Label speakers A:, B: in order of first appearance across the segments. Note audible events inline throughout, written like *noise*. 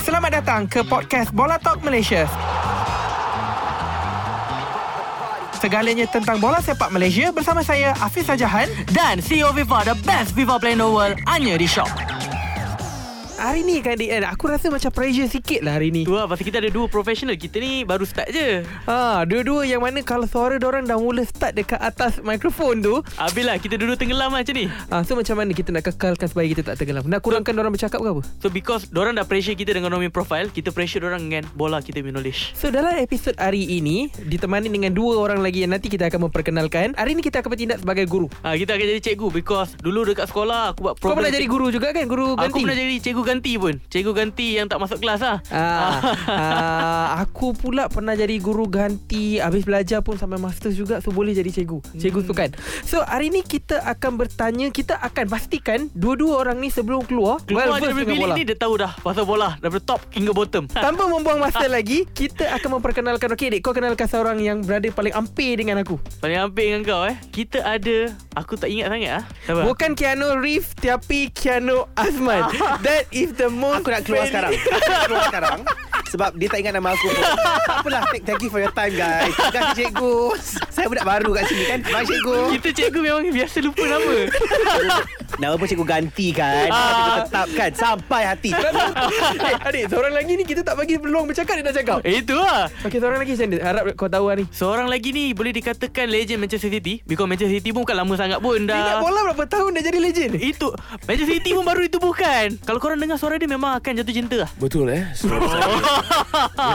A: Selamat datang ke podcast Bola Talk Malaysia. Segalanya tentang bola sepak Malaysia bersama saya Hafiz Sajahan.
B: Dan CEO FIFA, the best FIFA player in the world, hanya di shop.
A: Hari ni kan DN, aku rasa macam pressure sikit lah hari ni.
C: Tu lah pasal kita ada dua professional Kita ni baru start je
A: Ha, dua-dua yang mana kalau suara orang dah mula start dekat atas mikrofon tu,
C: Habis lah kita duduk tenggelam lah macam ni
A: ha, so macam mana kita nak kekalkan supaya kita tak tenggelam? Nak kurangkan orang bercakap ke apa?
C: So because Diorang dah pressure kita dengan Nomi profile Kita pressure diorang dengan bola kita punya knowledge
A: So dalam episod hari ini ditemani dengan dua orang lagi yang nanti kita akan memperkenalkan. Hari ini kita akan bertindak sebagai guru.
C: ha, Kita akan jadi cikgu Because dulu dekat sekolah Aku buat
A: Kau
C: problem
A: pernah jadi guru juga kan? Guru
C: Aku
A: ganti.
C: pernah jadi cikgu ganti pun Cikgu ganti yang tak masuk kelas lah
A: Ah, ah, aku pula pernah jadi guru ganti Habis belajar pun sampai master juga So boleh jadi cikgu
C: Hmm.
A: Cikgu tu kan So hari ni kita akan bertanya Kita akan pastikan Dua-dua orang ni sebelum keluar
C: *laughs* Keluar
A: well-versed
C: well, dari
A: dengan
C: bilik
A: bola.
C: ni Dia tahu dah Pasal bola Daripada top hingga bottom
A: Tanpa membuang masa
C: *laughs*
A: lagi Kita akan memperkenalkan Okay dek kau kenalkan seorang yang berada paling ampir dengan aku
C: Paling hampir dengan kau eh Kita ada Aku tak ingat sangat ah. Sabar
A: Bukan Keanu Reeves Tapi Keanu Azman *laughs* That is the most
D: Aku nak keluar sekarang Aku nak keluar
A: *laughs*
D: sekarang Sebab dia tak ingat nama aku pun Tak apalah thank, thank you for your time
A: *laughs*
D: guys Terima kasih cikgu Saya budak baru kat sini kan Bye cikgu
C: Kita cikgu memang biasa lupa
A: *laughs*
C: nama
D: Nama pun cikgu ganti kan Nama Cikgu tetapkan Sampai hati
E: Eh.
A: hey, Eh, Adik seorang lagi ni Kita tak bagi peluang bercakap Dia dah cakap
C: Eh, Itu lah
A: Okay seorang lagi macam mana? Harap kau tahu hari
C: Seorang lagi ni boleh dikatakan legend Manchester City because Manchester City pun bukan lama sangat pun
A: Dia nak
C: dah.
A: bola berapa tahun Dah jadi legend
C: Itu Manchester City pun baru itu bukan. Kalau korang dengar suara dia memang akan jatuh cinta lah.
E: Betul eh Suara saya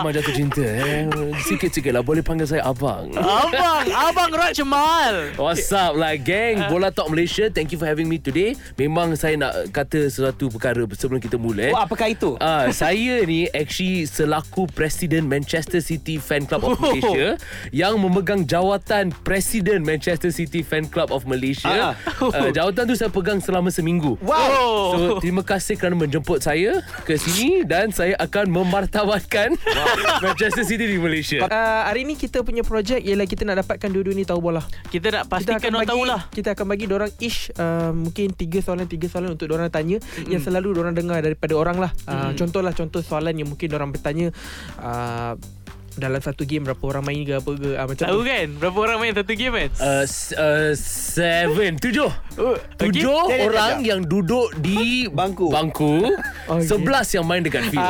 E: Memang jatuh cinta eh Sikit-sikit lah Boleh panggil saya abang
C: Abang, abang Rod Cemal.
E: What's up lah geng Bola Talk Malaysia Thank you for having me today Memang saya nak kata Sesuatu perkara Sebelum kita mula
D: Oh apakah itu
E: Ah, saya ni actually selaku Presiden Manchester City Fan Club of Malaysia yang memegang jawatan Presiden Manchester City Fan Club of
C: Ah.
E: Malaysia. Ah, jawatan tu saya pegang selama seminggu.
C: Wow.
E: So terima kasih kerana menjemput saya ke sini dan saya akan memartabatkan Manchester City di Malaysia.
A: uh, Hari ni kita punya projek Ialah kita nak dapatkan Dua-dua ni tahu bola
C: kita nak
A: kita
C: pastikan
A: akan
C: orang lah.
A: bagi
C: tahulah.
A: Kita akan bagi dorang ish uh, Mungkin tiga soalan Tiga soalan untuk dorang tanya mm-hmm. Yang selalu dorang dengar Daripada orang lah uh, mm. Contohlah contoh soalan Yang mungkin dorang bertanya uh, Dalam satu game Berapa orang main ke apa ke uh, Macam
C: Tahu
A: tu
C: kan berapa orang main satu game kan?
E: Uh, s- uh, seven, tujuh.
C: Oh, okay.
E: Tujuh
D: Jap, jap, jap,
E: orang
D: jap.
E: yang duduk di
D: Bangku.
E: bangku
A: Okay.
E: sebelas yang main dekat field.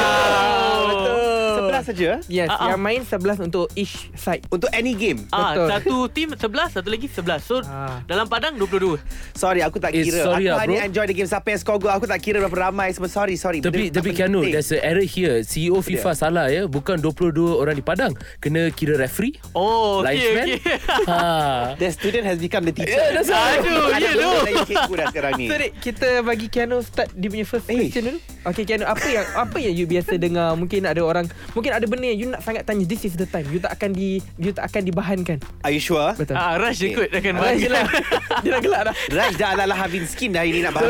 D: Ah,
C: Ah,
D: Betul Sebelas saja eh?
A: Yes
C: Ah, ah.
A: Yang main 11 untuk each side
D: Untuk any game
C: Ah,
A: Betul.
C: satu team 11, satu lagi 11. So
A: Ah.
C: dalam padang 22.
D: Sorry aku tak
E: Eh,
D: kira
E: sorry
D: Aku
E: lah,
D: hanya
E: bro.
D: enjoy the game Siapa yang score gol Aku tak kira berapa ramai semua. Sorry sorry
E: Tapi
D: Benda
E: tapi
D: tak
E: Keanu
D: penting.
E: There's an error here CEO FIFA salah ya Bukan 22 orang di padang Kena kira referee
C: Oh,
E: Linesman
C: okey okey.
E: ha.
D: The student has become the teacher
E: Yeah, that's right.
C: Aduh,
D: Ada
C: ya
D: guru
C: tu.
D: Saya cikgu dah sekarang ni
A: So Dik, kita bagi Keanu start dia punya first
D: Eh.
A: question dulu. Okay Keanu, apa yang apa yang you
C: *laughs*
A: biasa dengar? Mungkin ada orang, mungkin ada benda yang you nak sangat tanya. This is the time. You tak akan di you tak akan dibahankan.
D: Are you sure?
A: Betul.
C: *laughs* Ah, rush je
D: Okey.
C: kot akan
A: Ah,
C: bagi *laughs*
A: yelah.
C: lah.
A: dia dah gelak dah.
D: Raj dah ala-ala Havin Skin dah ini nak bahas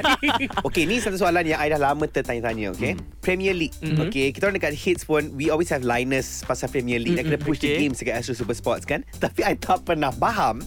D: *laughs* Okay, ni satu soalan yang I dah lama tertanya-tanya, okay? Premier League. Okay, kita orang dekat Hits pun, we always have Linus pasal Premier League. Nak kena push the
C: Okay.
D: games dekat Astro Super Sports kan? *laughs* Tapi I tak pernah faham,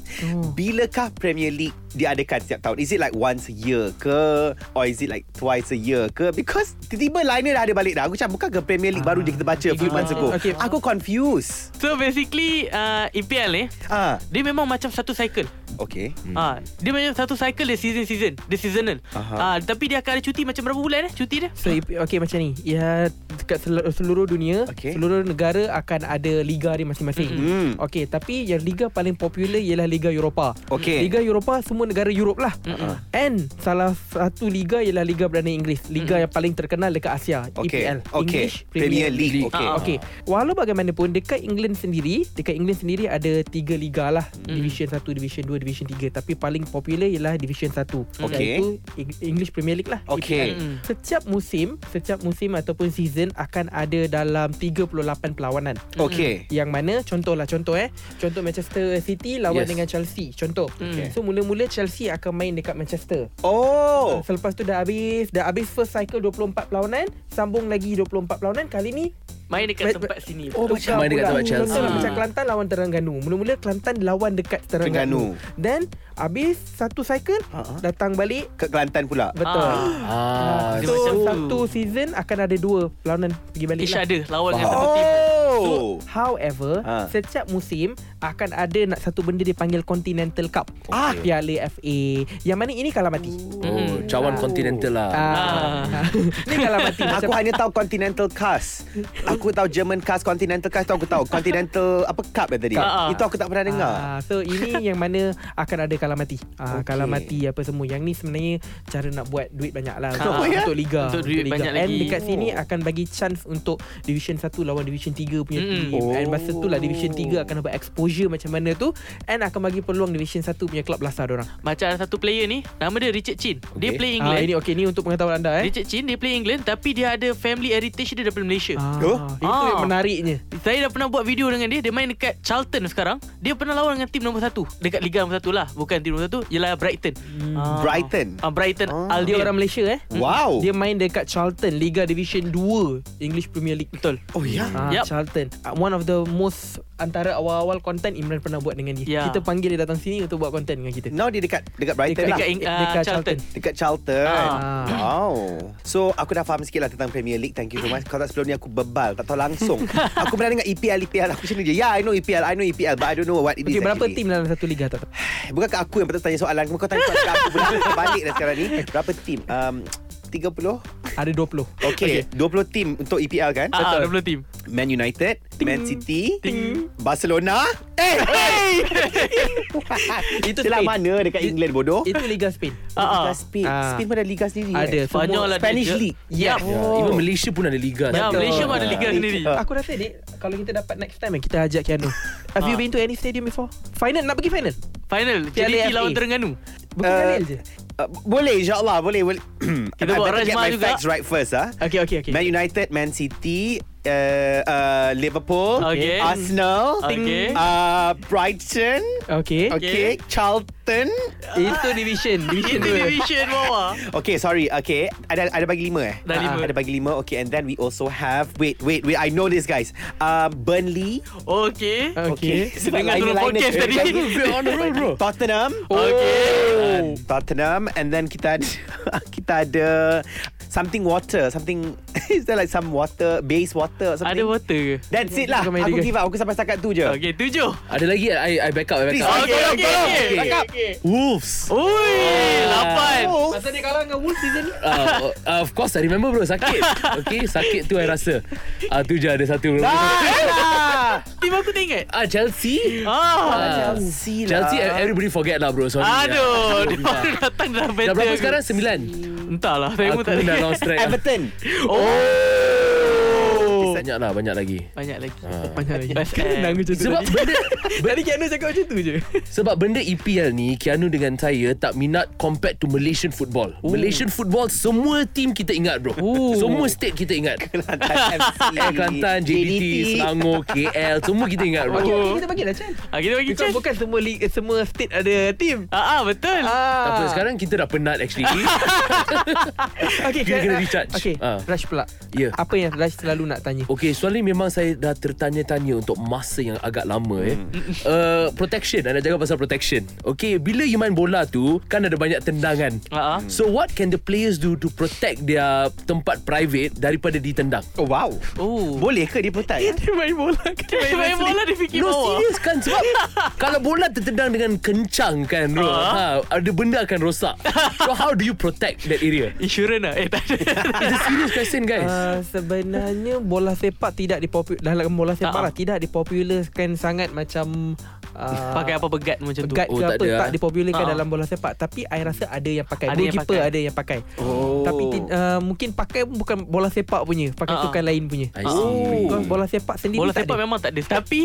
D: bilakah Premier League diadakan setiap tahun? Is it like once a year ke? Or is it like twice a year ke? Because tiba-tiba Linus dah ada balik dah. Aku macam, bukan ke Premier League baru je kita baca a few
A: Ah,
D: months ago?
A: okay.
D: Aku confused.
C: So basically uh, EPL ni eh,
D: Ah,
C: dia memang macam satu cycle.
D: okay.
C: Hmm. Ha, dia macam satu cycle dia season-season. Dia seasonal.
D: Aha.
C: Ha, tapi dia akan ada cuti macam berapa bulan eh cuti dia?
A: So if- okay macam ni. Ya dekat sel- seluruh dunia, okay.
D: Okay.
A: seluruh negara akan ada liga dia masing-masing.
D: Mm-mm.
A: Okay, tapi yang liga paling popular ialah Liga Eropah.
D: Okay.
A: Liga Eropah semua negara Europe lah. Mm-mm. And salah satu liga ialah Liga Perdana Inggeris, liga yang paling terkenal dekat Asia,
D: Mm-hmm. Okay.
A: EPL. E
D: Okay.
A: English
D: Premier League. Okay.
A: Ah, okay. Walau bagaimanapun dekat England sendiri, dekat England sendiri ada tiga liga lah.
D: Mm.
A: Division 1, Division 2, Division 3. Tapi paling popular ialah Division 1.
D: Okay.
A: Iaitu Eng- English Premier League lah. EPL.
D: Okay.
C: Hmm.
A: Setiap musim, setiap musim ataupun season akan ada dalam 38 perlawanan.
D: Okay.
A: Yang mana contohlah contoh eh Contoh Manchester City lawan yes.
E: Yes.
A: dengan Chelsea Contoh okay.
C: Okay.
A: So mula-mula Chelsea akan main dekat Manchester
D: Oh.
A: Selepas tu dah habis Dah habis first cycle 24 perlawanan Sambung lagi 24 perlawanan Kali ni
C: Main dekat
A: Main-
C: tempat sini.
A: Oh, macam
E: main dekat
A: pula.
E: tempat Chelsea.
A: Betul lah, Macam
C: Ah.
A: Kelantan lawan Terengganu. Mula-mula Kelantan lawan dekat Terengganu. Then habis satu cycle
D: Ha-ha.
A: datang balik
D: Kat Kelantan pula.
A: betul. *laughs*
E: Ah,
C: Dia
A: So
C: macam tu.
A: satu season akan ada dua perlawanan pergi balik
C: Ish
A: lah.
C: ada lawan dengan
D: Faham.
C: satu tim.
D: Oh.
A: However,
D: Ha.
A: setiap musim akan ada nak satu benda dipanggil Continental Cup. Ah, Piala FA. Yang mana ini kalah mati.
E: oh, cawan continental lah.
A: Ah. *laughs* Ni kalah mati
D: Aku hanya tahu Continental Cast Aku tahu German Cast Continental Cast tu aku tahu Continental Apa Cup yang tadi
C: Ah, ah.
D: Itu aku tak pernah dengar
A: Ah, so
D: *laughs*
A: ini yang mana akan ada kalah mati. Ah,
D: Okey.
A: Kalah mati apa semua. Yang ni sebenarnya cara nak buat duit banyak lah.
C: Ah,
A: untuk,
D: ya?
A: untuk liga.
C: Untuk duit
A: liga.
C: banyak
A: And
C: lagi.
A: dekat sini akan bagi chance untuk Division 1 lawan Division 3 punya
C: Mm-mm.
A: team. And masa tu lah Division
D: Oh.
A: 3 akan dapat exposure macam mana tu. And akan bagi peluang Division 1 punya club lasar orang.
C: Macam ada satu player ni, nama dia Richard Chin. Dia
E: Okay.
C: play
A: Ah,
C: England.
A: ini okey ni untuk pengetahuan anda eh.
C: Richard Chin dia play England tapi dia ada family heritage dia daripada Malaysia.
A: Ah,
D: Oh.
A: itu yang
C: Ah.
A: menariknya.
C: Saya dah pernah buat video dengan dia Dia main dekat Charlton sekarang Dia pernah lawan dengan tim nombor satu Dekat Liga nombor satu lah Bukan tim nombor satu Ialah Brighton Ah.
D: Brighton
C: Ah, Brighton
D: Ah.
C: Albion
A: Dia orang Malaysia eh.
D: Wow
A: Dia main dekat Charlton Liga Division 2 English Premier League.
C: Betul
D: Oh ya
A: Ah,
C: Yup.
A: Charlton Ah, One of the most Antara awal-awal konten Imran pernah buat dengan dia
C: Ya.
A: Kita panggil dia datang sini Untuk buat konten dengan kita
D: Now dia dekat Dekat Brighton
C: Dekat,
D: lah
C: Eng- ah,
A: Dekat
C: Charlton.
A: Charlton.
D: Dekat Charlton
A: Ah.
D: Wow So aku dah faham sikit lah Tentang Premier League Thank you so much Kalau tak sebelum ni aku bebal Tak tahu langsung Aku pernah dengar E EPL EPL Aku macam ni je Yeah I know EPL I know EPL But I don't know what it
A: Okay
D: is
A: berapa
D: actually.
A: tim dalam satu liga tak tahu
D: Eh, Bukan kat aku yang patut tanya soalan Kau tanya soalan kat aku
C: *laughs*
D: Boleh aku balik dah sekarang ni Berapa tim? Um, 30
A: Ada 20
D: Okay, okay 20 tim untuk EPL kan
C: Ah, ah, 20 tim
D: Man United Man City Barcelona Eh *laughs* hey!
A: Itu
D: Celah
A: Spain.
D: mana dekat
A: It-
D: England bodoh
A: Itu liga Spain
D: Liga
C: Ah, ah.
D: Spain
A: Ah.
D: Spain pun ada Liga sendiri
A: Ada
D: eh?
A: semua
C: Spanyol ada
D: Spanish
C: juga.
D: League
A: Yep.
C: Yup.
E: Yeah, even Malaysia pun ada liga.
C: Ya,
E: sekarang.
C: Malaysia pun ada liga
D: Ah.
C: sendiri
D: Oh. Ah.
A: Aku rasa ni Kalau kita dapat next time eh, Kita ajak Keanu Have you
C: Ah.
A: been to any stadium before? Final nak pergi final?
C: Final
A: Piala
C: JDT
A: FA.
C: lawan Terengganu
A: Bukan
D: Uh,
A: Khalil je
D: Uh, boleh insyaAllah boleh, boleh. *clears throat*
C: Kita
D: I
C: buat
D: better get
C: Rajma
D: my
C: juga.
D: facts right first ah.
A: Okay okay okay
D: Man United, Man City, uh, uh, Liverpool,
C: Okay.
D: Arsenal,
C: Okay.
D: uh, Brighton,
A: Okay, okay.
D: okay. Charlton.
A: Itu
C: *laughs*
A: division Division
C: Itu
A: 2
C: division bawah
D: Okay, sorry. Okay, ada ada bagi lima eh.
C: Dah lima.
D: Ada bagi lima. Okay, and then we also have wait, wait, wait. I know this guys. Um, Burnley.
C: Okay
D: Oh,
A: Okay
C: *laughs*
D: Sebab
C: Dengar turun
D: liner-liner
C: podcast
D: je. *laughs*
C: tadi. Oh.
E: on the road, bro.
D: Tottenham.
C: Okay
D: Uh, Tottenham and then kita ada, *laughs* kita ada something water, something *laughs* is there like some water, base water or something?
C: Ada water ke?
D: That's it lah.
A: Bukan main
D: Aku
A: liga.
D: give up. Aku sampai setakat tu je.
C: Okay tujuh
E: Ada lagi I I back up I back
D: Please, okay,
E: up.
D: tolong,
C: okay,
D: tolong.
C: okay.
D: Okay. Back up.
E: Wolves.
C: Ui Lapan
D: Oh.
A: Masa dia kalah dengan Wolves
C: *laughs*
A: season ni
E: Uh, uh, of course I remember bro Sakit Okay Sakit tu I rasa uh, Tu je ada satu bro
D: Ah.
C: Tim aku tak ingat
E: Ah Chelsea
C: Ah
E: Ah,
D: Chelsea lah.
E: Chelsea everybody forget lah bro Sorry
C: Aduh, dia
E: Dah
C: baru datang dah better.
E: berapa
C: aku.
E: sekarang? Sembilan
C: Entahlah, saya
E: Aku
C: pun tak
E: dah
C: ada. *laughs*
E: lost track lah.
D: Everton.
A: Oh.
E: Banyak lah Banyak lagi
C: Banyak lagi.
E: Ah.
C: Oh. Banyak lagi.
A: Kenang macam tu
E: Sebab
A: tadi.
E: benda
A: Tadi Keanu cakap macam tu je
E: Sebab benda EPL ni Keanu dengan saya Tak minat Compared to Malaysian football Malaysian football Semua team kita ingat bro
A: Ooh.
E: Semua state kita ingat
D: Kelantan FC.
E: Eh Kelantan JDT Selangor KL Semua kita ingat bro
A: Okay, okay kita bagilah Chan
C: Ah, kita bagi
A: Bukan,
C: chance.
A: bukan semua league, semua state ada team
C: Ah, ah, betul.
E: Tak apa
A: Ah.
E: sekarang kita dah penat actually
A: okay,
E: Kita kena
A: Chan,
E: recharge.
A: Okay
E: Ah.
A: Rush pula
E: Ya.
A: Apa yang Rush selalu nak tanya
C: Oh.
E: Okay soalan ni memang saya dah tertanya-tanya Untuk masa yang agak lama *laughs* eh uh, Protection Anda cakap pasal protection Okay bila you main bola tu Kan ada banyak tendangan
C: Ah, ah.
E: So what can the players do To protect their tempat private Daripada ditendang
D: Oh, wow.
C: Oh.
D: Boleh ke dia putar? ya?
A: *laughs* Dia main bola kan? Dia
C: Main main bola dia fikir
E: No
C: bawah.
E: serious kan Sebab Kalau bola tertendang dengan kencang kan bro, ha, Ada benda akan rosak So how do you protect that area
C: Insurans lah Eh tak ada
E: It's a serious question guys
A: *laughs* Uh, sebenarnya bola sepak tidak dipopular dalam bola sepak
C: Ah.
A: lah tidak dipopularkan sangat macam uh,
C: Pakai apa begat macam tu
A: guard ke
E: Oh, tak
A: apa
E: ada,
A: tak
E: ah.
A: dipopularkan
C: Ah.
A: dalam bola sepak tapi I rasa ada yang pakai
C: Ada yang
A: goalkeeper
C: pakai.
A: ada yang pakai
D: Oh.
A: tapi ti- uh, mungkin pakai bukan bola sepak punya pakai
C: Ah, ah.
A: sukan lain punya
E: I see
A: Because bola sepak sendiri
C: Bola
A: tak
C: sepak
A: ada.
C: memang tak ada Tapi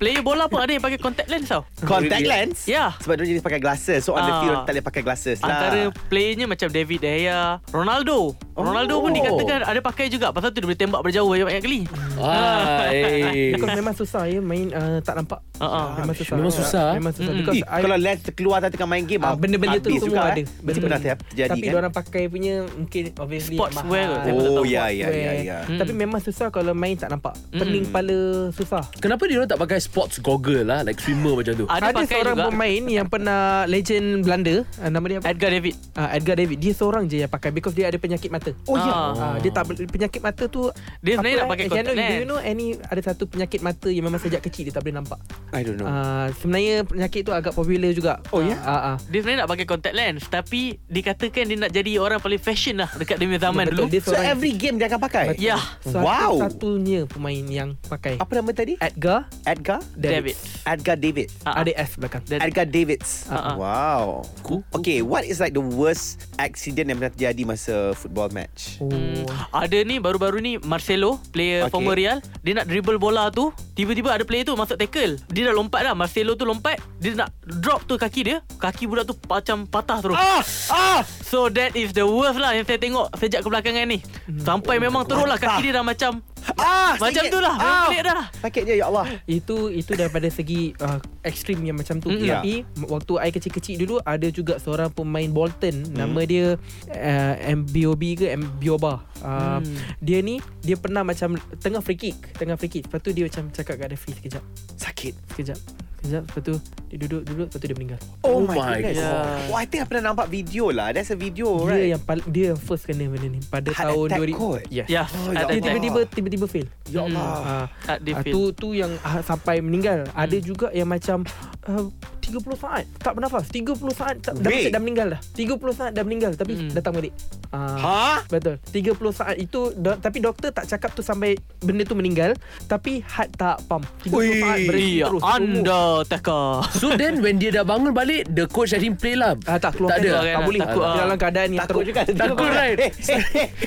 C: Player bola pun ada yang pakai contact lens tau
D: Contact lens?
C: Ya.
D: Sebab dia jenis pakai glasses. So
C: Ah.
D: on the lah. field orang tak boleh pakai glasses lah.
C: Antara playernya macam David De Gea Ronaldo Ronaldo pun dikatakan ada pakai juga Pasal tu dia boleh tembak berjauh banyak-banyak kali
E: Ah, eh.
A: Because memang susah ya main uh, tak nampak.
C: Ha, ha.
A: Memang susah. Ah,
E: Memang susah.
A: Memang susah.
C: Mm-mm.
A: Because
D: Eh,
A: I-
D: kalau Lance terkeluar tak tengah main game
A: Ah, benda-benda tu
D: habis
A: semua
D: juga,
A: ada.
D: eh. Mesti pernah ter- terjadi
A: Tapi
D: kan
A: orang pakai punya mungkin obviously
C: Sportswear
A: mahal.
C: kot. Saya pun tak
D: Oh
C: tahu
D: ya
A: Sportswear.
D: ya ya ya
C: Hmm.
A: Tapi memang susah kalau main tak nampak. Pening kepala susah.
E: Kenapa dia orang tak pakai sports goggle lah like swimmer macam tu?
C: Ada,
A: Ada,
C: pakai
A: seorang
C: juga
A: pemain yang pernah legend Belanda, uh, nama dia apa?
C: Edgar David
A: uh, Edgar David. Dia seorang je yang pakai because dia ada penyakit mata.
D: Oh ya
C: Ah.
A: Uh, dia tak boleh- penyakit mata tu
C: Dia
A: apa,
C: sebenarnya nak pakai
A: eh, Jano,
C: contact
A: Do you
C: lens.
A: know any ada satu penyakit mata yang memang sejak kecil dia tak boleh nampak.
D: I don't know
A: Uh, sebenarnya penyakit tu agak popular juga.
D: Oh, ya?
A: Ah ah.
C: Dia sebenarnya nak pakai contact lens Tapi dikatakan dia nak jadi orang paling fashion lah Dekat demi zaman
A: Betul,
C: dulu
A: dia
D: So
A: seorang-
D: every game dia akan pakai
C: Ya
A: Satu,
D: Wow.
A: Satunya pemain yang pakai
D: Apa nama tadi?
A: Edgar
D: Edgar?
A: David.
C: David
D: Edgar David
C: Ah, ah.
A: Ada S belakang.
C: Dan-
D: Edgar Davids
C: Ah, ah.
D: Wow
E: Cool.
D: Okay what is like the worst Accident yang pernah terjadi Masa football match
A: Oh.
C: Hmm, ada ni baru-baru ni Marcelo player
D: Okay.
C: okay. former Real dia nak dribble bola tu tiba-tiba ada player tu masuk tackle dia dah lompat dah Marcelo tu lompat dia nak drop tu kaki dia kaki budak tu macam patah terus
D: Ah! Ah!
C: so that is the worst lah yang saya tengok sejak kebelakangan ni sampai oh memang terus lah kaki dia dah macam
D: Ah!
C: macam
D: sakit.
C: tu lah memang pelik dah
D: Sakitnya ya Allah
A: Itu itu daripada segi uh, ekstrim yang macam tu.
C: Mm,
A: Mm,
D: ya.
A: Tapi waktu I kecil-kecil dulu ada juga seorang pemain Bolton
D: Hmm.
A: mm. nama dia uh, MBOB ke MBOBA. Uh,
D: Hmm.
A: mm. Dia ni dia pernah macam tengah free kick, tengah free kick. Lepas tu dia macam cakap kat referee sekejap,
D: Sakit
A: sekejap, sekejap. Lepas tu dia duduk duduk lepas tu dia meninggal.
D: Oh,
E: Oh
D: my
E: my
D: goodness
E: God.
D: Oh I think I pernah nampak video lah That's a video
A: Dia
D: right
A: yang pal- dia yang first kena benda ni pada
D: Heart
A: tahun
D: attack
A: 2000.
D: kot.
A: Yes.
C: ya ada
D: Oh,
A: Dia
D: ya Allah.
C: tiba-tiba
A: tiba-tiba tiba-tiba fail.
D: Ya Allah
A: Ah.
C: tak dia
A: Ah,
C: feel
A: tu tu yang ah, sampai meninggal. Ada juga yang macam uh, 30 saat tak bernafas. 30 saat tak, dah,
D: Wait.
A: dah meninggal dah. 30 saat dah meninggal tapi
C: Hmm.
A: datang balik. Ah.
D: Ha?
A: Betul. 30 saat itu do, tapi doktor tak cakap tu sampai benda tu meninggal tapi heart tak pump. 30
D: Ui,
A: saat berhenti
D: ya
C: iya
A: terus.
C: undertaker
E: So then when dia dah bangun balik the coach had him play lah.
A: Ah, tak keluar
E: Tak ada.
A: tak boleh
C: Takut, ah.
A: dalam keadaan yang
D: Takut juga
E: Takut
D: *laughs*
E: right?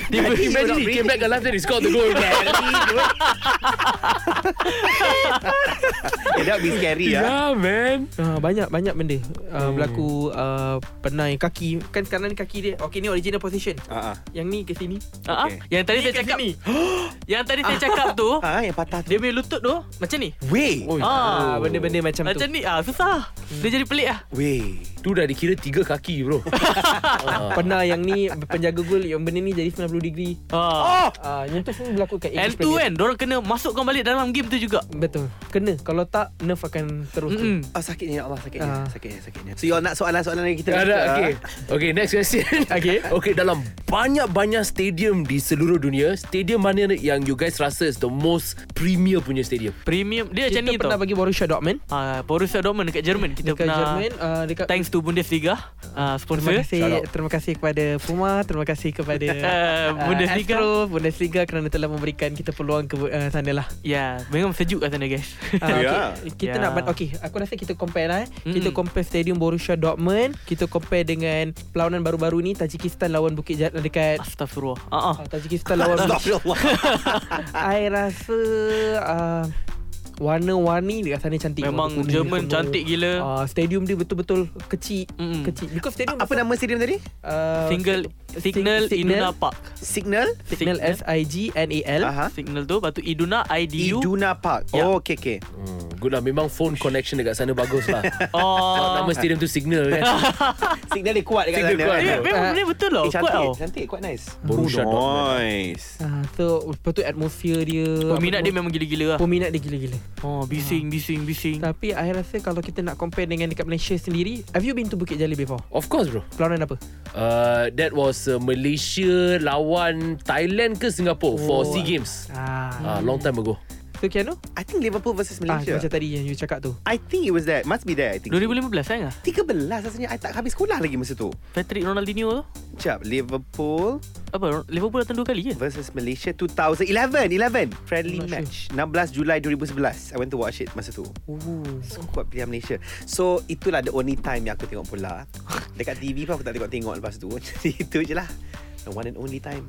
D: Tiba-tiba
E: Imagine he came back alive then he scored the
A: *laughs*
E: goal.
D: Eh, That would be scary ya.
E: yeah man.
A: Ah, banyak banyak benda uh, berlaku uh, pernah yang kaki kan kanan kaki dia okey ni original position
D: Ah, ah.
A: yang ni ke sini
C: Ah, ah.
D: Okay.
C: yang tadi saya cakap yang tadi saya cakap
A: *laughs*
C: tu
A: Ha.
D: Ah, yang patah tu.
C: dia punya lutut tu macam ni
D: Weh.
E: Oh,
A: ah
C: ah
A: benda-benda macam, tu Hmm.
C: Macam ni ah susah. Dia jadi pelik ah.
D: Weh.
E: Tu dah dikira tiga kaki
A: *laughs*
E: bro.
A: Pernah yang ni penjaga gol yang benda ni jadi 90 degree.
C: Ah.
D: Oh!
A: Ah, yang tu semua berlaku kat
C: L2 kan Diorang kena masukkan balik dalam game tu juga
A: Betul. Kena kalau tak nerve akan terus tu.
C: kan? Mm-mm.
D: Oh, sakitnya ya Allah, sakitnya.
A: Ah.
D: Sakitnya, sakitnya. So, you all nak soalan-soalan lagi kita?
E: Tak ada.
D: Ah.
E: Okay. Okay, next question.
A: *laughs* Okay.
E: Okay, dalam banyak-banyak stadium di seluruh dunia, stadium mana yang you guys rasa is the most premier punya stadium?
C: Premium Dia
A: Kita
C: Eh, macam ni
A: pernah
C: tau
A: bagi Borussia Dortmund
C: Ah, Borussia Dortmund dekat Jerman Kita
A: dekat
C: pernah
A: Jerman uh, dekat
C: Thanks to Bundesliga ah,
A: Terima
C: Sponsor
A: kasih terima kasih kepada Puma, terima kasih
C: *laughs*
A: kepada *laughs*
C: Eh,
A: ah,
C: Bundesliga.
A: Astro, Bundesliga kerana telah memberikan kita peluang ke uh, sana lah.
C: Ya Memang sejuk kat sana guys
A: Ah,
C: *laughs*
A: okay.
D: Yeah.
A: Kita
C: Yeah.
A: nak ban- okay, aku rasa kita compare lah eh.
C: Ya. Mm-mm.
A: Kita compare stadium Borussia Dortmund, kita compare dengan perlawanan baru-baru ni Tajikistan lawan Bukit Jat dekat
C: Astagfirullah ah, ah.
A: ah, Tajikistan lawan
D: *laughs* Astagfirullah.
A: I rasa uh, warna-warni dekat sana cantik.
C: Memang
A: Warna kuning,
C: Jerman
A: semua.
C: cantik gila
A: Uh, stadium dia betul-betul kecil.
C: Mm-mm.
A: Kecil. Because stadium
D: Apa nama stadium tadi?
A: Uh,
C: Single
A: Sig-
C: Signal
A: Signal.
C: Iduna Park
D: Signal?
A: Signal S I G N A L.
D: Aha.
C: Signal tu Lepas tu Iduna IDU
D: Iduna Park.
C: Ya.
D: Oh, okay, okay.
E: Hmm, good lah. Memang phone connection dekat sana bagus
A: *laughs*
E: lah.
C: Oh
A: Ah.
E: Nama stadium tu signal kan.
D: Signal dia kuat dekat
E: Signal
D: sana.
E: kuat.
D: eh.
C: Eh, Memang benda betul lah
D: Eh,
C: Kuat
D: cantik,
C: tau
D: cantik, kuat nice.
E: Borussia
D: Oh,
E: Dortmund.
D: Nice.
A: Uh, so lepas tu atmosphere dia.
C: Peminat
A: apa
C: Oh, dia
A: semua.
C: memang gila-gila lah
A: Peminat dia gila-gila
C: Oh bising bising bising
A: Tapi I rasa Kalau kita nak compare Dengan dekat Malaysia sendiri Have you been to Bukit Jalil before?
E: Of course bro.
A: Perlawanan apa?
E: Uh, that was uh, Malaysia lawan Thailand ke Singapore oh. for
A: Oh.
E: SEA Games.
A: Ah,
E: Ah, long time ago.
A: So Keanu?
D: I think Liverpool versus
A: Ah,
D: Malaysia.
A: macam tadi yang you cakap tu
D: I think it was that. Must be that, I think.
C: 2015 kan
D: 13 rasanya I tak habis sekolah lagi masa tu.
C: Patrick Ronaldinho tu
D: Sekejap, Liverpool
C: Apa Liverpool datang dua kali je
D: versus Malaysia 2011 11 friendly
A: I'm not
D: match 16 Julai 2011 I went to watch it masa tu so kuat pilihan Malaysia so itulah the only time yang aku tengok bola *laughs* dekat TV pun aku tak tengok-tengok lepas tu *laughs* jadi itu je lah the one and only time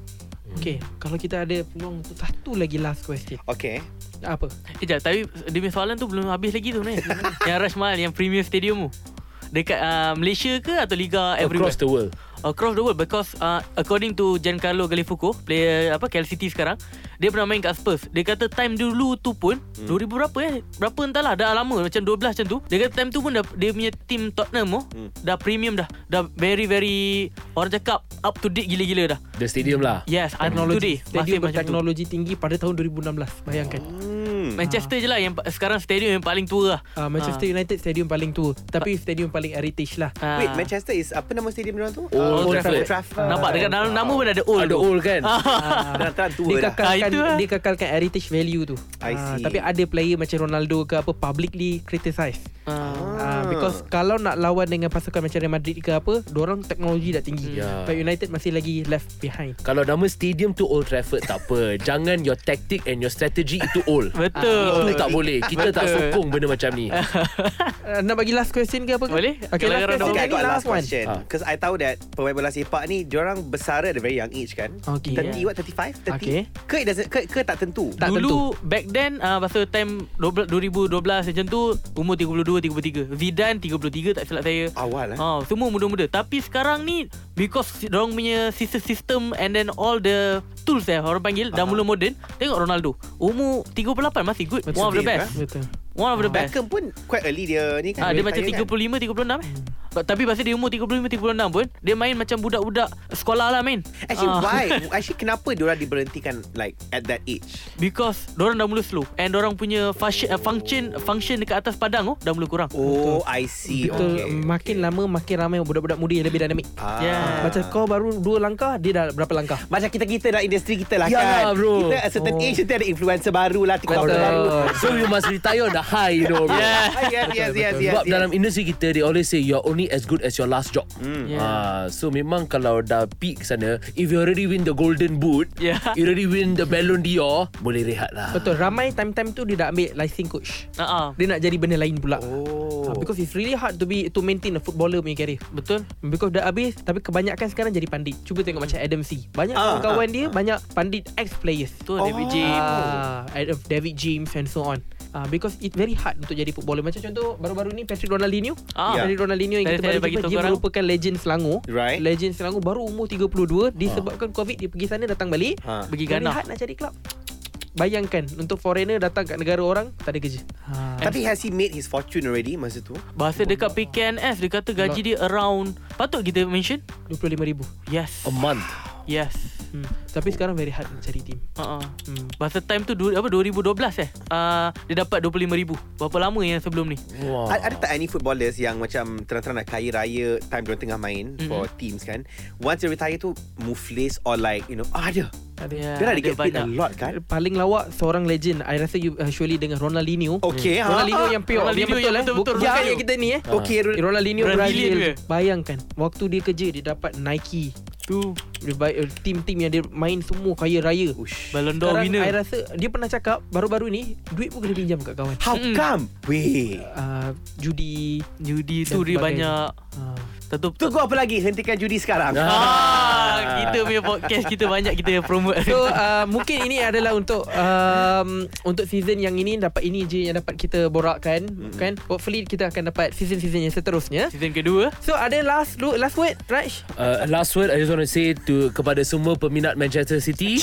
A: Okay Kalau kita ada peluang untuk Satu lagi last question
D: okay
A: Apa?
C: Eh jap, tapi dia punya soalan tu belum habis lagi tu sebenarnya. yang Rashmal, yang Premier Stadium tu. dekat uh, Malaysia ke atau liga everywhere?
E: Across the world.
C: across the world because uh, according to Giancarlo Gallifuco player apa KL City sekarang dia pernah main kat Spurs dia kata time dulu tu pun hmm. 2000 berapa eh berapa entahlah dah lama macam 12 macam tu dia kata time tu pun dah, dia punya team Tottenham oh, hmm. dah premium dah dah very very orang cakap up to date gila-gila dah
E: The stadium lah.
C: yes up to
A: Teknologi
C: date masih
A: Stadium
C: macam tu
A: berteknologi tinggi pada tahun 2016 Bayangkan
D: Hmm.
C: Manchester je lah yang pa- sekarang stadium yang paling tua lah
A: uh, Manchester United stadium paling tua Tapi stadium paling heritage lah
C: Ah.
D: Wait, Manchester is apa nama stadium dia orang tu? Ah,
E: Old Trafford.
D: Trafford. Ah,
C: nampak dekat dalam nama pun ada old
E: Ada
C: tu.
E: old
C: *laughs*
E: kan?
D: Dah terang
A: Ah, Dia
D: tua dah.
A: kekalkan
C: Ah, itu lah.
A: Dia kekalkan heritage value tu
D: I
A: Ah,
D: see.
A: Tapi ada player macam Ronaldo ke apa Publicly criticise
C: Ah.
A: Ah, because kalau nak lawan dengan pasukan macam Real Madrid ke apa, orang teknologi dah tinggi.
E: Ya.
A: But United masih lagi left behind.
E: Kalau nama stadium tu Old Trafford tak apa. Jangan your tactic and your strategy itu Ah, old.
C: *laughs* betul
E: Itu tak boleh. Kita tak
C: Betul.
E: sokong benda macam
C: *laughs*
E: ni.
A: Uh, nak bagi last question ke apa? ke?
C: Boleh.
A: Okay,
C: Kalau
A: last question.
C: orang
D: Okay, I
A: Okay,
D: got last
A: last one.
D: question.
E: Ah.
D: Because I tahu that pemain bola sepak ni, diorang besar at a very young age kan?
A: Okay.
D: 30 what, 35? 30?
A: Okay.
D: Ke, it doesn't, ke, ke tak tentu?
A: Tak
C: Dulu back then uh, Masa time 12, 2012 macam tu Umur 32, 33 Zidane 33 tak silap saya
D: Awal eh?
C: Ha, semua muda-muda Tapi sekarang ni Because si- dorang punya System system And then all the Tools eh Orang panggil
D: Ah.
C: Dah mula moden Tengok Ronaldo Umur 38 masih good
A: Betul.
C: One of the
D: Sedih,
C: best
A: Betul.
C: One of the best
D: Beckham pun quite early dia ni
C: Ah,
D: kan?
C: dia
D: retire
C: macam 35
D: kan?
C: 36 eh. Ba- Tapi pasal dia umur 35 36 pun dia main macam budak-budak sekolah lah main.
D: Actually,
C: Ah.
D: why? Actually, kenapa diorang diberhentikan like at that age?
C: Because dorang dah mula slow and dorang punya function uh, function function dekat atas padang oh dah mula kurang.
D: Oh, I see.
A: Betul.
D: Okay.
A: Makin lama makin ramai budak-budak muda yang lebih dinamik.
D: Ah.
C: Yeah.
A: Macam kau baru dua langkah, dia dah berapa langkah?
D: Macam kita-kita dalam industri kita lah kan
E: Yalah, bro. Ya.
D: Kita at certain
A: Oh.
D: age Kita ada influencer baru lah TikToker
A: Betul.
D: baru
E: So you must retire on the high, you know. bro.
C: Yeah.
D: Ah, Yes, yes, yes, yes,
E: Sebab
D: yes.
E: dalam industri kita They always say You're only as good as your last job mm.
C: Hmm. Yeah.
E: ah, So memang kalau dah peak sana If you already win the golden boot
C: Yeah.
E: You already win the Ballon d'Or Boleh rehat lah
A: Betul. Ramai time-time tu dia dah ambil licensing coach.
C: Ah, ah.
A: Dia nak jadi benda lain pula.
D: Oh.
A: Ah, Because it's really hard to be to maintain a footballer punya career.
C: Betul.
A: Because dah habis Tapi kebanyakan sekarang jadi pandit Cuba tengok macam Adam C Banyak
D: Ah,
A: kawan-kawan dia Banyak pandit ex-players
C: Betul oh. David
D: Oh.
C: James.
A: Ah, Adam, David James and so on Ah, Because it very hard Untuk jadi footballer Macam contoh Baru-baru ni Patrick Ronaldinho
C: Ah.
D: Ya.
A: Patrick Ronaldinho yang
C: Saya-
A: kita
C: saya
A: baru
C: bagi
A: jumpa
C: tahu
A: Dia
C: korang.
A: merupakan legend Selangor
D: Right. Ah.
A: Legend Selangor Baru umur 32 Disebabkan COVID Dia pergi sana datang balik
D: Ha.
C: Pergi
A: Very
C: Ghana.
A: hard nak cari club Bayangkan Untuk foreigner datang kat negara orang Tak ada kerja
C: Ha.
D: Tapi has he made his fortune already Masa tu
C: Bahasa dekat PKNS dia kata gaji dia around patut kita mention?
A: RM25,000
C: Yes.
E: A month
C: Yes.
A: hmm. Tapi sekarang very hard nak cari team
C: Ha ah.
A: hmm.
C: Bahasa time tu du- apa 2012 eh. Ah, dia dapat 25000. Berapa lama yang sebelum ni?
E: wow.
D: Ad- Ada tak any footballers Yang macam Terang-terang nak kaya raya Time diorang tengah main
C: Mm-mm.
D: For teams kan Once they retire tu Muflis or like You know ah, Ada
A: Ada
C: Ya,
D: Dia ada
C: ada
D: get paid a
C: banyak.
D: lot kan
A: paling lawak seorang legend I rasa you uh, surely dengan Ronaldinho
D: Okay ha?
A: Ronaldinho Mm. yang pure yang
C: Ronaldinho
A: betul,
C: yang
A: eh.
C: betul-betul
A: Bukan
C: Ronaldinho.
A: yang kita ni eh
D: Okay
A: Eh, Ronaldinho
C: Brazilian
A: Brazil Bayangkan Waktu dia kerja Dia dapat Nike
C: Tu
A: Dia buy- eh, Team-team yang dia main Semua kaya raya
D: Ush.
C: Ballon d'Or
A: Sekarang I
C: winner.
A: rasa Dia pernah cakap Baru-baru ni Duit pun kena pinjam kat kawan
D: How
C: Mm-mm.
D: come Weh
A: uh, Judi
C: Judi
A: Dan
C: tu dia
A: sebagainya.
C: banyak.
A: uh,
C: Tentu
D: Tunggu apa lagi Hentikan judi sekarang
E: Ah.
C: Ah, kita punya podcast kita banyak kita
A: *laughs*
C: promote.
A: So uh, mungkin ini adalah untuk um, Untuk season yang ini Dapat ini je yang dapat kita borakkan mm-hmm. Kan Hopefully kita akan dapat Season-season yang seterusnya
C: season kedua.
A: So ada last last word Raj
E: Uh, last word I just want to say to kepada semua peminat Manchester City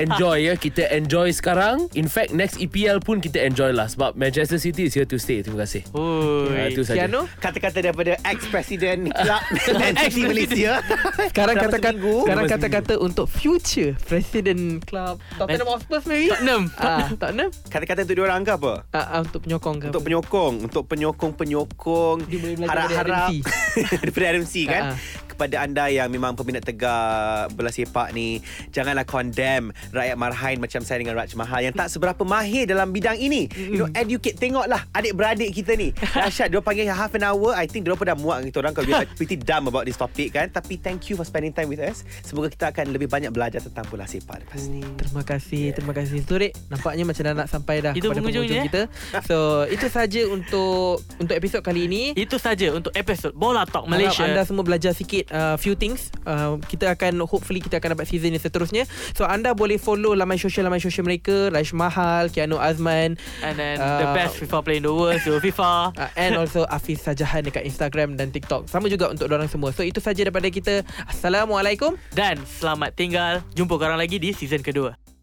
E: enjoy ya kita enjoy sekarang in fact next EPL pun kita enjoy lah sebab Manchester City is here to stay terima kasih
C: Oh.
E: Ah, itu
A: *laughs*
E: saja
A: Kiano
D: Kata-kata daripada *laughs* Ex-President Club Man City Malaysia
A: Sekarang
D: Dalam
A: katakan
D: seminggu.
A: Sekarang
E: Dalam
A: kata-kata Untuk future President Club Tottenham Hotspur maybe
C: Tottenham.
A: *laughs* Ah, Tottenham
D: Kata-kata untuk diorang ke apa
A: Ah, ah, Untuk penyokong ke
D: Untuk penyokong Untuk penyokong-penyokong
A: Dia boleh belajar
D: Harap-harap
A: dari
D: *laughs* Daripada RMC kan
A: Ha, ha.
D: Kepada anda yang memang Peminat tegar Bola sepak ni Janganlah condemn Rakyat marhain Macam saya dengan Raj Mahal Yang tak
A: Hmm.
D: seberapa mahir Dalam bidang ini You know educate Tengoklah Adik-beradik kita
A: *laughs*
D: ni Dahsyat Diorang panggil half an hour I think diorang pun dah muak Dengan kita orang Kalau
A: *laughs*
D: we are pretty dumb About this topic kan Tapi thank you For spending time with us Semoga kita akan Lebih banyak belajar Tentang bola sepak Lepas ni
A: Terima kasih Terima kasih Surik Nampaknya macam dah nak sampai dah
C: Itu
A: Kepada
C: penghujungnya,
A: penghujung ya? kita So itu saja untuk Untuk episod kali ini
C: Itu saja untuk episod Bola Talk Malaysia.
A: Harap anda semua belajar sikit uh, few things. Uh, kita akan hopefully kita akan dapat season yang seterusnya. So anda boleh follow laman sosial-laman sosial mereka, Raish Mahal, Kiano Azman
C: And then
A: Uh,
C: uh, the best FIFA player in the world So FIFA
A: uh, and also Hafiz Sajahan dekat Instagram dan TikTok. Sama juga untuk orang semua. So itu saja daripada kita. Assalamualaikum.
C: Dan selamat tinggal Jumpa korang lagi di season kedua